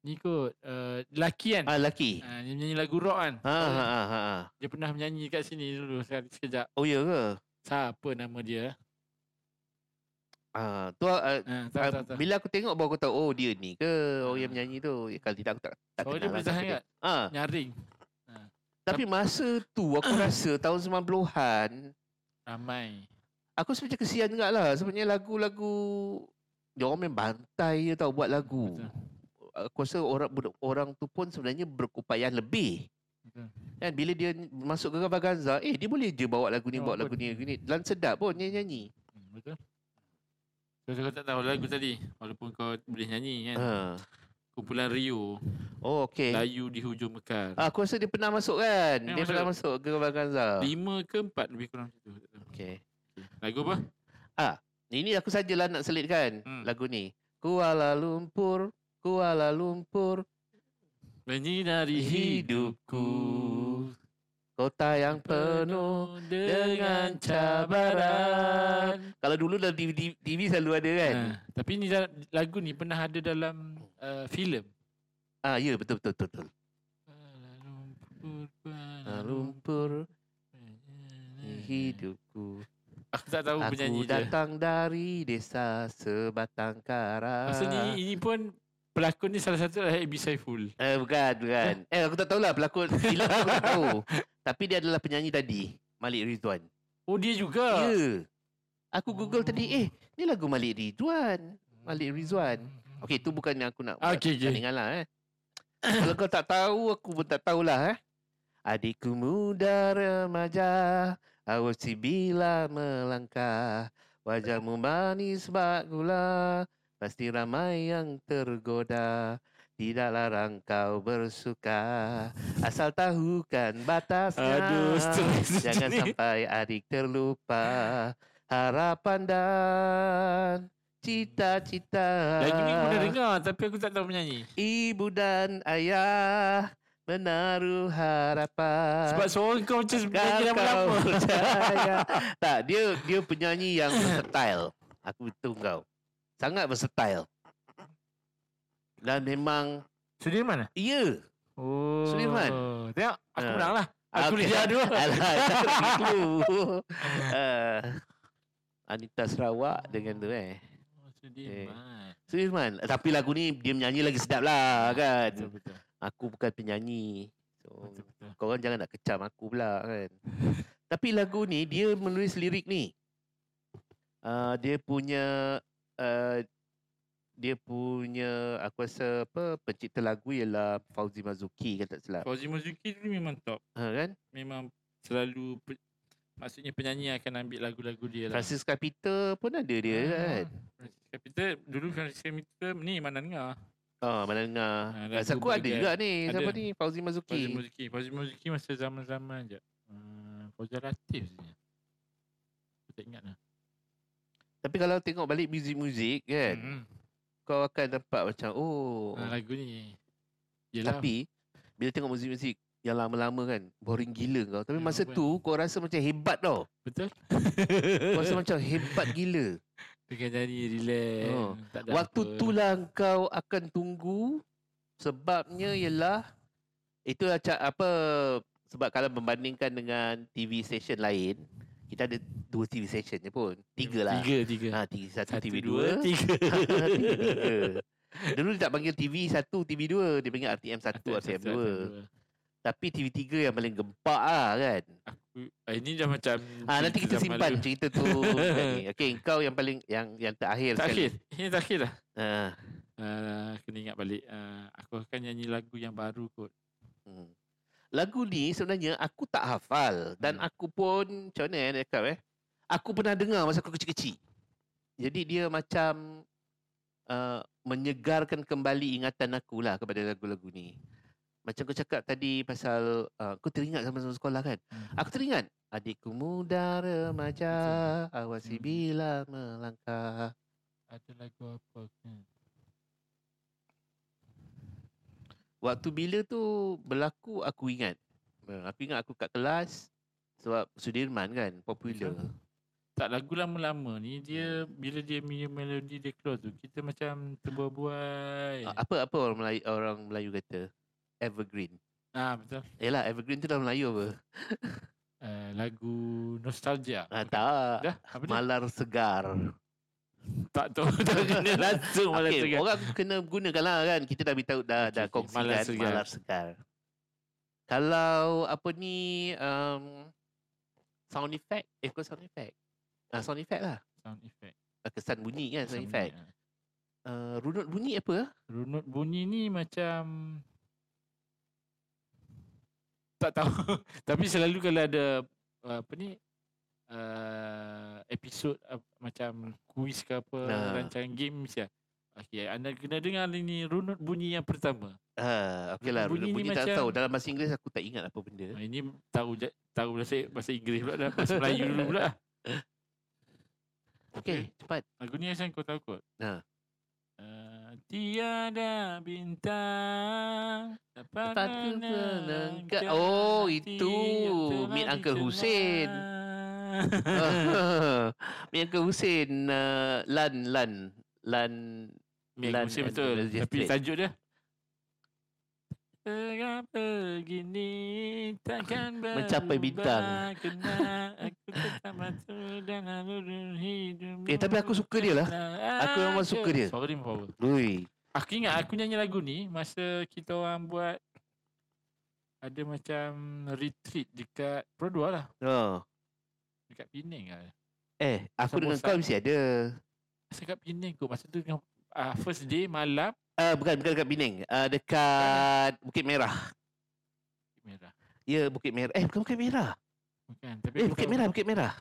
Speaker 2: Ni kot uh, lelaki kan.
Speaker 1: Ah laki.
Speaker 2: Ah, dia menyanyi lagu rock kan.
Speaker 1: Ha ha ha. ha.
Speaker 2: Dia pernah menyanyi kat sini dulu sekali sekejap.
Speaker 1: Oh ya ke?
Speaker 2: Siapa nama dia?
Speaker 1: Ah tu uh,
Speaker 2: Ha,
Speaker 1: Ah,
Speaker 2: tahu, tahu, tahu.
Speaker 1: Bila aku tengok baru aku tahu oh dia ni ke oh yang
Speaker 2: Ah.
Speaker 1: menyanyi tu. Ya, Kalau tidak aku tak tak
Speaker 2: Suara Oh, dia
Speaker 1: kenal
Speaker 2: boleh
Speaker 1: lah siapa
Speaker 2: tahan
Speaker 1: dia.
Speaker 2: kat
Speaker 1: Ha,
Speaker 2: nyaring.
Speaker 1: tapi masa tu aku rasa tahun 90-an
Speaker 2: Ramai.
Speaker 1: aku sebenarnya kesian juga lah sebenarnya lagu-lagu dia orang main bantai je tau buat lagu.
Speaker 2: Betul.
Speaker 1: Aku rasa orang budak- orang tu pun sebenarnya berupaya lebih.
Speaker 2: Betul.
Speaker 1: Kan bila dia n- masuk ke Baganza, eh dia boleh je bawa lagu ni,
Speaker 2: Bawa
Speaker 1: bawa
Speaker 2: Oh, apa
Speaker 1: lagu ni, lagu ni. Dan sedap pun dia nyanyi.
Speaker 2: Hmm, Betul. Terus kau tak tahu lagu tadi. Walaupun kau boleh nyanyi kan.
Speaker 1: Ha.
Speaker 2: Kumpulan Rio.
Speaker 1: Oh okey.
Speaker 2: Layu di hujung mekar.
Speaker 1: Ah, Aku rasa dia pernah masuk kan.
Speaker 2: Pernah
Speaker 1: Dia pernah masuk ke Baganza.
Speaker 2: Lima ke empat lebih kurang macam tu. tak tahu.
Speaker 1: Okey.
Speaker 2: Lagu apa?
Speaker 1: Ini aku sajalah nak selitkan
Speaker 2: Hmm.
Speaker 1: hmm. lagu ni. Kuala Lumpur, Kuala Lumpur,
Speaker 2: Menyinari hidupku.
Speaker 1: kota yang penuh. dengan cabaran. Kalau dulu dalam TV, TV selalu ada kan?
Speaker 2: Ha, tapi ni dalam- lagu ni pernah ada dalam uh, filem.
Speaker 1: Ah, ya betul betul betul. betul.
Speaker 2: Kuala Lumpur, Kuala
Speaker 1: Kuala Lumpur
Speaker 2: Lumpur.
Speaker 1: di hidupku.
Speaker 2: Aku tak tahu
Speaker 1: Aku
Speaker 2: penyanyi dia.
Speaker 1: datang dari desa sebatang kara.
Speaker 2: Masa ni ini pun pelakon ni salah satu adalah Abi Saiful.
Speaker 1: Eh bukan bukan. Eh aku tak tahulah pelakon film tu aku tak tahu. Tapi dia adalah penyanyi tadi, Malik Rizwan.
Speaker 2: Oh dia juga.
Speaker 1: Ya. Aku google tadi
Speaker 2: Oh.
Speaker 1: eh ni lagu Malik Ridwan. Malik Rizwan. Okey tu bukan yang aku nak
Speaker 2: Ah, Hmm. okey, okey.
Speaker 1: Tandingan lah eh. Kalau kau tak tahu aku pun tak tahulah eh. Adikku muda remaja Awasi bila melangkah Wajahmu manis bak gula Pasti ramai yang tergoda Tidak larang kau bersuka Asal tahu kan batasnya
Speaker 2: Aduh, stres
Speaker 1: Jangan
Speaker 2: ni.
Speaker 1: sampai adik terlupa Harapan dan cita-cita
Speaker 2: Lagu ni aku dah dengar tapi aku tak tahu penyanyi.
Speaker 1: Ibu dan ayah menaruh harapan
Speaker 2: Sebab suara kau macam penyanyi
Speaker 1: kau
Speaker 2: lama-lama.
Speaker 1: percaya Tak dia dia penyanyi yang versatile Aku beritahu kau Sangat versatile Dan memang
Speaker 2: Sudirman eh?
Speaker 1: Ya
Speaker 2: Oh.
Speaker 1: Sudirman.
Speaker 2: Tengok aku
Speaker 1: Ha.
Speaker 2: menang lah. Aku boleh
Speaker 1: Okey.
Speaker 2: jadi dua.
Speaker 1: Alah tak bagi clue Ah, Anita Sarawak dengan tu eh
Speaker 2: Oh, Sudirman.
Speaker 1: Sudirman Tapi lagu ni dia menyanyi lagi sedap lah
Speaker 2: Betul
Speaker 1: kan
Speaker 2: betul.
Speaker 1: Aku bukan penyanyi so,
Speaker 2: Betul betul.
Speaker 1: Korang jangan nak kecam aku pula kan. Tapi lagu ni dia menulis lirik ni. Uh, dia punya uh, dia punya aku rasa apa pencipta lagu ialah Fauzi Mazuki kalau tak silap.
Speaker 2: Fauzi Mazuki ni memang top.
Speaker 1: Ha kan?
Speaker 2: Memang selalu pe- maksudnya penyanyi akan ambil lagu-lagu dia lah.
Speaker 1: Francis Capita pun ada dia
Speaker 2: Ah,
Speaker 1: kan.
Speaker 2: Francis Capital dulu Francis Capital ni mana dengar.
Speaker 1: Ah, mana dengar.
Speaker 2: Ah,
Speaker 1: Ha,
Speaker 2: lagu
Speaker 1: aku ada
Speaker 2: berdekat.
Speaker 1: juga ni. Siapa
Speaker 2: Ada.
Speaker 1: ni? Fauzi
Speaker 2: Fauzi
Speaker 1: Mazuki.
Speaker 2: Mazuki. Fauzi Mazuki masa zaman-zaman je. Uh, Fauzi Latif sebenarnya. Aku tak ingat lah.
Speaker 1: Tapi kalau tengok balik muzik-muzik kan,
Speaker 2: Hmm.
Speaker 1: kau akan dapat macam oh.
Speaker 2: Ah, lagu ni. Yelah.
Speaker 1: Tapi bila tengok muzik-muzik yang lama-lama kan boring gila kau. Tapi
Speaker 2: Ya,
Speaker 1: masa
Speaker 2: bukan.
Speaker 1: tu kau rasa macam hebat tau.
Speaker 2: Betul?
Speaker 1: Kau rasa macam hebat gila.
Speaker 2: Pegang jari, relax.
Speaker 1: Oh.
Speaker 2: Tak ada
Speaker 1: Waktu lah.
Speaker 2: apa.
Speaker 1: itulah kau akan tunggu
Speaker 2: Hmm.
Speaker 1: sebabnya ialah itu macam apa sebab kalau membandingkan dengan TV station lain kita ada dua TV station je pun tiga lah
Speaker 2: Tiga, tiga.
Speaker 1: ha TV satu,
Speaker 2: Satu,
Speaker 1: TV
Speaker 2: dua,
Speaker 1: dua Ha,
Speaker 2: tiga.
Speaker 1: TV tiga dulu dia tak panggil TV satu TV dua dia panggil RTM satu
Speaker 2: Satu,
Speaker 1: RTM
Speaker 2: satu,
Speaker 1: dua
Speaker 2: satu, dua.
Speaker 1: tapi TV tiga yang paling gempak lah kan
Speaker 2: Ah, ini dah macam
Speaker 1: ah nanti kita
Speaker 2: cerita zaman
Speaker 1: simpan
Speaker 2: dulu.
Speaker 1: cerita tu ni okey kau yang paling yang yang terakhir
Speaker 2: Takhir
Speaker 1: sekali
Speaker 2: Ini takhir lah
Speaker 1: ha
Speaker 2: Ah, Kena ingat balik Ah, Aku akan nyanyi lagu yang baru kot
Speaker 1: Hmm. Lagu ni sebenarnya aku tak hafal dan
Speaker 2: Hmm.
Speaker 1: aku pun macam mana eh nak cakap eh. Aku pernah dengar masa aku kecil-kecil. Jadi dia macam uh, menyegarkan kembali ingatan aku lah kepada lagu-lagu ni. Macam kau cakap tadi pasal uh, aku teringat sama-sama sekolah kan.
Speaker 2: Hmm.
Speaker 1: Aku teringat adikku muda remaja awasi
Speaker 2: Hmm.
Speaker 1: bila melangkah.
Speaker 2: Ada lagu apa kan?
Speaker 1: Waktu bila tu berlaku aku ingat. Ha, Aku ingat aku kat kelas sebab Sudirman kan popular.
Speaker 2: Tak lagu lama-lama ni Dia Bila dia punya melodi dia keluar tu Kita macam terbuai-buai
Speaker 1: A- Apa apa orang Melayu orang Melayu kata? Evergreen.
Speaker 2: Ah betul
Speaker 1: Yalah evergreen tu dalam Melayu apa?
Speaker 2: Ah, Lagu Nostalgia
Speaker 1: Ha, tak.
Speaker 2: Dah apa dia?
Speaker 1: Malar segar.
Speaker 2: Tak tahu Tak kena langsung malam
Speaker 1: Okey,
Speaker 2: Oh, segar.
Speaker 1: orang kena gunakan lah kan. Kita dah beritahu dah
Speaker 2: Okey,
Speaker 1: dah
Speaker 2: okey.
Speaker 1: kongsikan
Speaker 2: Malar
Speaker 1: malar
Speaker 2: Segar.
Speaker 1: segar. Kalau apa ni um, sound effect, eh bukan sound effect. Ah sound effect lah.
Speaker 2: Sound effect
Speaker 1: Ah, Kesan bunyi kan sound
Speaker 2: Macam
Speaker 1: effect.
Speaker 2: ni, ah.
Speaker 1: Uh, runut bunyi apa?
Speaker 2: Runut bunyi ni macam tak tahu tapi selalu kalau ada uh, apa ni uh, episod uh, macam kuis ke apa
Speaker 1: Nah.
Speaker 2: rancangan game mesti Okey, anda kena dengar ini runut bunyi yang pertama.
Speaker 1: Ha, okey lah. Bunyi,
Speaker 2: Bunyi ni
Speaker 1: bunyi tak tahu.
Speaker 2: macam-
Speaker 1: Dalam bahasa Inggeris aku tak ingat apa benda.
Speaker 2: Ha, ini tahu je- tahu bahasa bahasa Inggeris pula dah, bahasa Melayu dulu pula.
Speaker 1: Okey, cepat.
Speaker 2: Lagu ni asal kau tahu kot.
Speaker 1: Ha.
Speaker 2: Uh, tiada bintang dapat
Speaker 1: Dapat ku menangkap. Oh, itu. Meet Uncle Hussein.
Speaker 2: Ah.
Speaker 1: Mia ke Husin uh, Lan Lan Lan
Speaker 2: Meet Uncle
Speaker 1: Lan
Speaker 2: Hussein
Speaker 1: and
Speaker 2: betul.
Speaker 1: Rosie
Speaker 2: Tapi
Speaker 1: Straight.
Speaker 2: tajuk dia. Mengapa gini takkan berubah
Speaker 1: Mencapai bintang.
Speaker 2: Kena aku tetap patuh dan alurun hidup
Speaker 1: Eh tapi aku suka dia lah Aku memang suka dia.
Speaker 2: Suara dia power
Speaker 1: Lui
Speaker 2: Aku ingat aku nyanyi lagu ni masa kita orang buat ada macam retreat dekat Produa lah,
Speaker 1: oh.
Speaker 2: dekat Penang lah.
Speaker 1: Eh aku
Speaker 2: Macam
Speaker 1: dengan
Speaker 2: bosan.
Speaker 1: kau mesti ada
Speaker 2: Masa kat Penang kot, masa tu tengah uh, first day malam
Speaker 1: Ah Bukan bukan dekat Penang Ah Dekat Bukit Merah
Speaker 2: Bukit merah.
Speaker 1: Ya Bukit Merah Eh bukan Bukit Merah
Speaker 2: Bukan, tapi
Speaker 1: Eh
Speaker 2: aku
Speaker 1: Bukit
Speaker 2: tahu-
Speaker 1: Merah Bukit Merah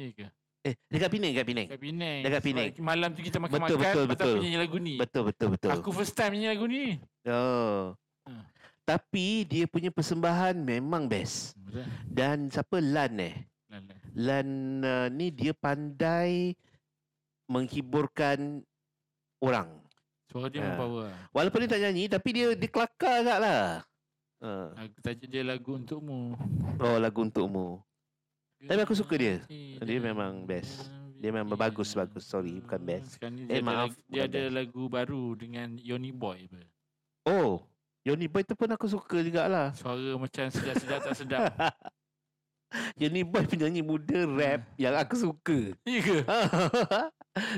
Speaker 2: Ya ke?
Speaker 1: Eh dekat Penang dekat Penang
Speaker 2: Dekat Penang.
Speaker 1: Dekat
Speaker 2: Sebab
Speaker 1: Penang.
Speaker 2: Malam tu kita makan-makan,
Speaker 1: Betul, betul,
Speaker 2: lepas tu aku
Speaker 1: betul.
Speaker 2: nyanyi lagu ni.
Speaker 1: Betul betul betul
Speaker 2: Aku first time nyanyi lagu ni.
Speaker 1: Oh
Speaker 2: Ah.
Speaker 1: Tapi dia punya persembahan memang best
Speaker 2: Betul.
Speaker 1: Dan siapa Lan eh
Speaker 2: Lalat.
Speaker 1: Lan uh, ni dia pandai menghiburkan orang.
Speaker 2: Suara
Speaker 1: Ah.
Speaker 2: dia membawa. lah.
Speaker 1: Walaupun dia tak nyanyi tapi dia dia kelakar agak lah. Uh,
Speaker 2: Lagu tajuk dia lagu untukmu.
Speaker 1: oh lagu untukmu. Tapi aku suka dia. Dia memang best. Dia memang bagus, bagus. Sorry, bukan best.
Speaker 2: Hmm, Sekarang ni
Speaker 1: Eh,
Speaker 2: dia
Speaker 1: maaf,
Speaker 2: Ada, lag- dia
Speaker 1: bukan
Speaker 2: ada
Speaker 1: best.
Speaker 2: lagu baru dengan Yoni Boy. Apa.
Speaker 1: Oh, Yoni Boy tu pun aku suka jugalah.
Speaker 2: Suara macam sedap-sedap tak sedap.
Speaker 1: Yoni Boy penyanyi muda rap yang aku suka.
Speaker 2: Ya ke?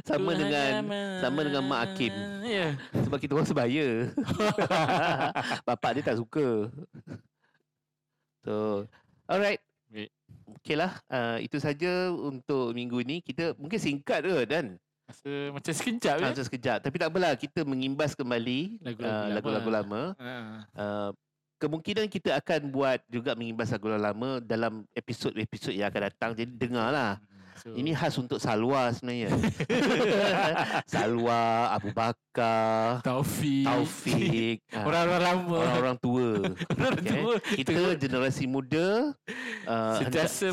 Speaker 1: sama
Speaker 2: Tuhan
Speaker 1: dengan
Speaker 2: Nama-
Speaker 1: sama dengan Mak Hakim.
Speaker 2: Ya.
Speaker 1: sebab kita orang sebaya. Bapak dia tak suka. So, alright.
Speaker 2: Baik.
Speaker 1: Okay lah, uh, itu saja untuk minggu ni. Kita mungkin singkat ke dan
Speaker 2: Rasa macam sekejap ya.
Speaker 1: yeah. sekejap. Tapi tak apalah, kita mengimbas kembali
Speaker 2: Lagu-lagu
Speaker 1: uh,
Speaker 2: lama.
Speaker 1: lagu-lagu lama.
Speaker 2: Ha.
Speaker 1: Uh, kemungkinan kita akan buat juga mengimbas lagu lama dalam episod-episod yang akan datang. Jadi dengarlah.
Speaker 2: hmm, So,
Speaker 1: Ini khas untuk Salwa sebenarnya. Salwa, Abu Bakar,
Speaker 2: Taufik.
Speaker 1: Taufik. ah.
Speaker 2: Orang-orang lama.
Speaker 1: orang-orang tua.
Speaker 2: Orang
Speaker 1: Okay.
Speaker 2: tua.
Speaker 1: Kita eh, generasi muda uh, hendak-
Speaker 2: Sentiasa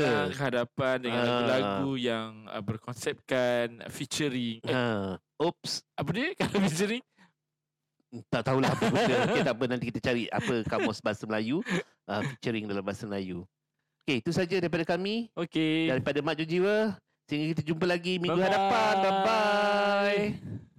Speaker 2: memandang kehadapan dengan
Speaker 1: Ah.
Speaker 2: lagu-lagu yang uh, berkonsepkan featuring. Eh,
Speaker 1: Ha. Oops,
Speaker 2: apa dia kalau featuring?
Speaker 1: tak tahulah apa benda. Okay, tak apa nanti kita cari apa kamus bahasa Melayu uh, featuring dalam bahasa Melayu. Okey, itu saja daripada kami
Speaker 2: Okey.
Speaker 1: daripada Mak Jiwa. Sehingga kita jumpa lagi minggu hadapan. Bye-bye.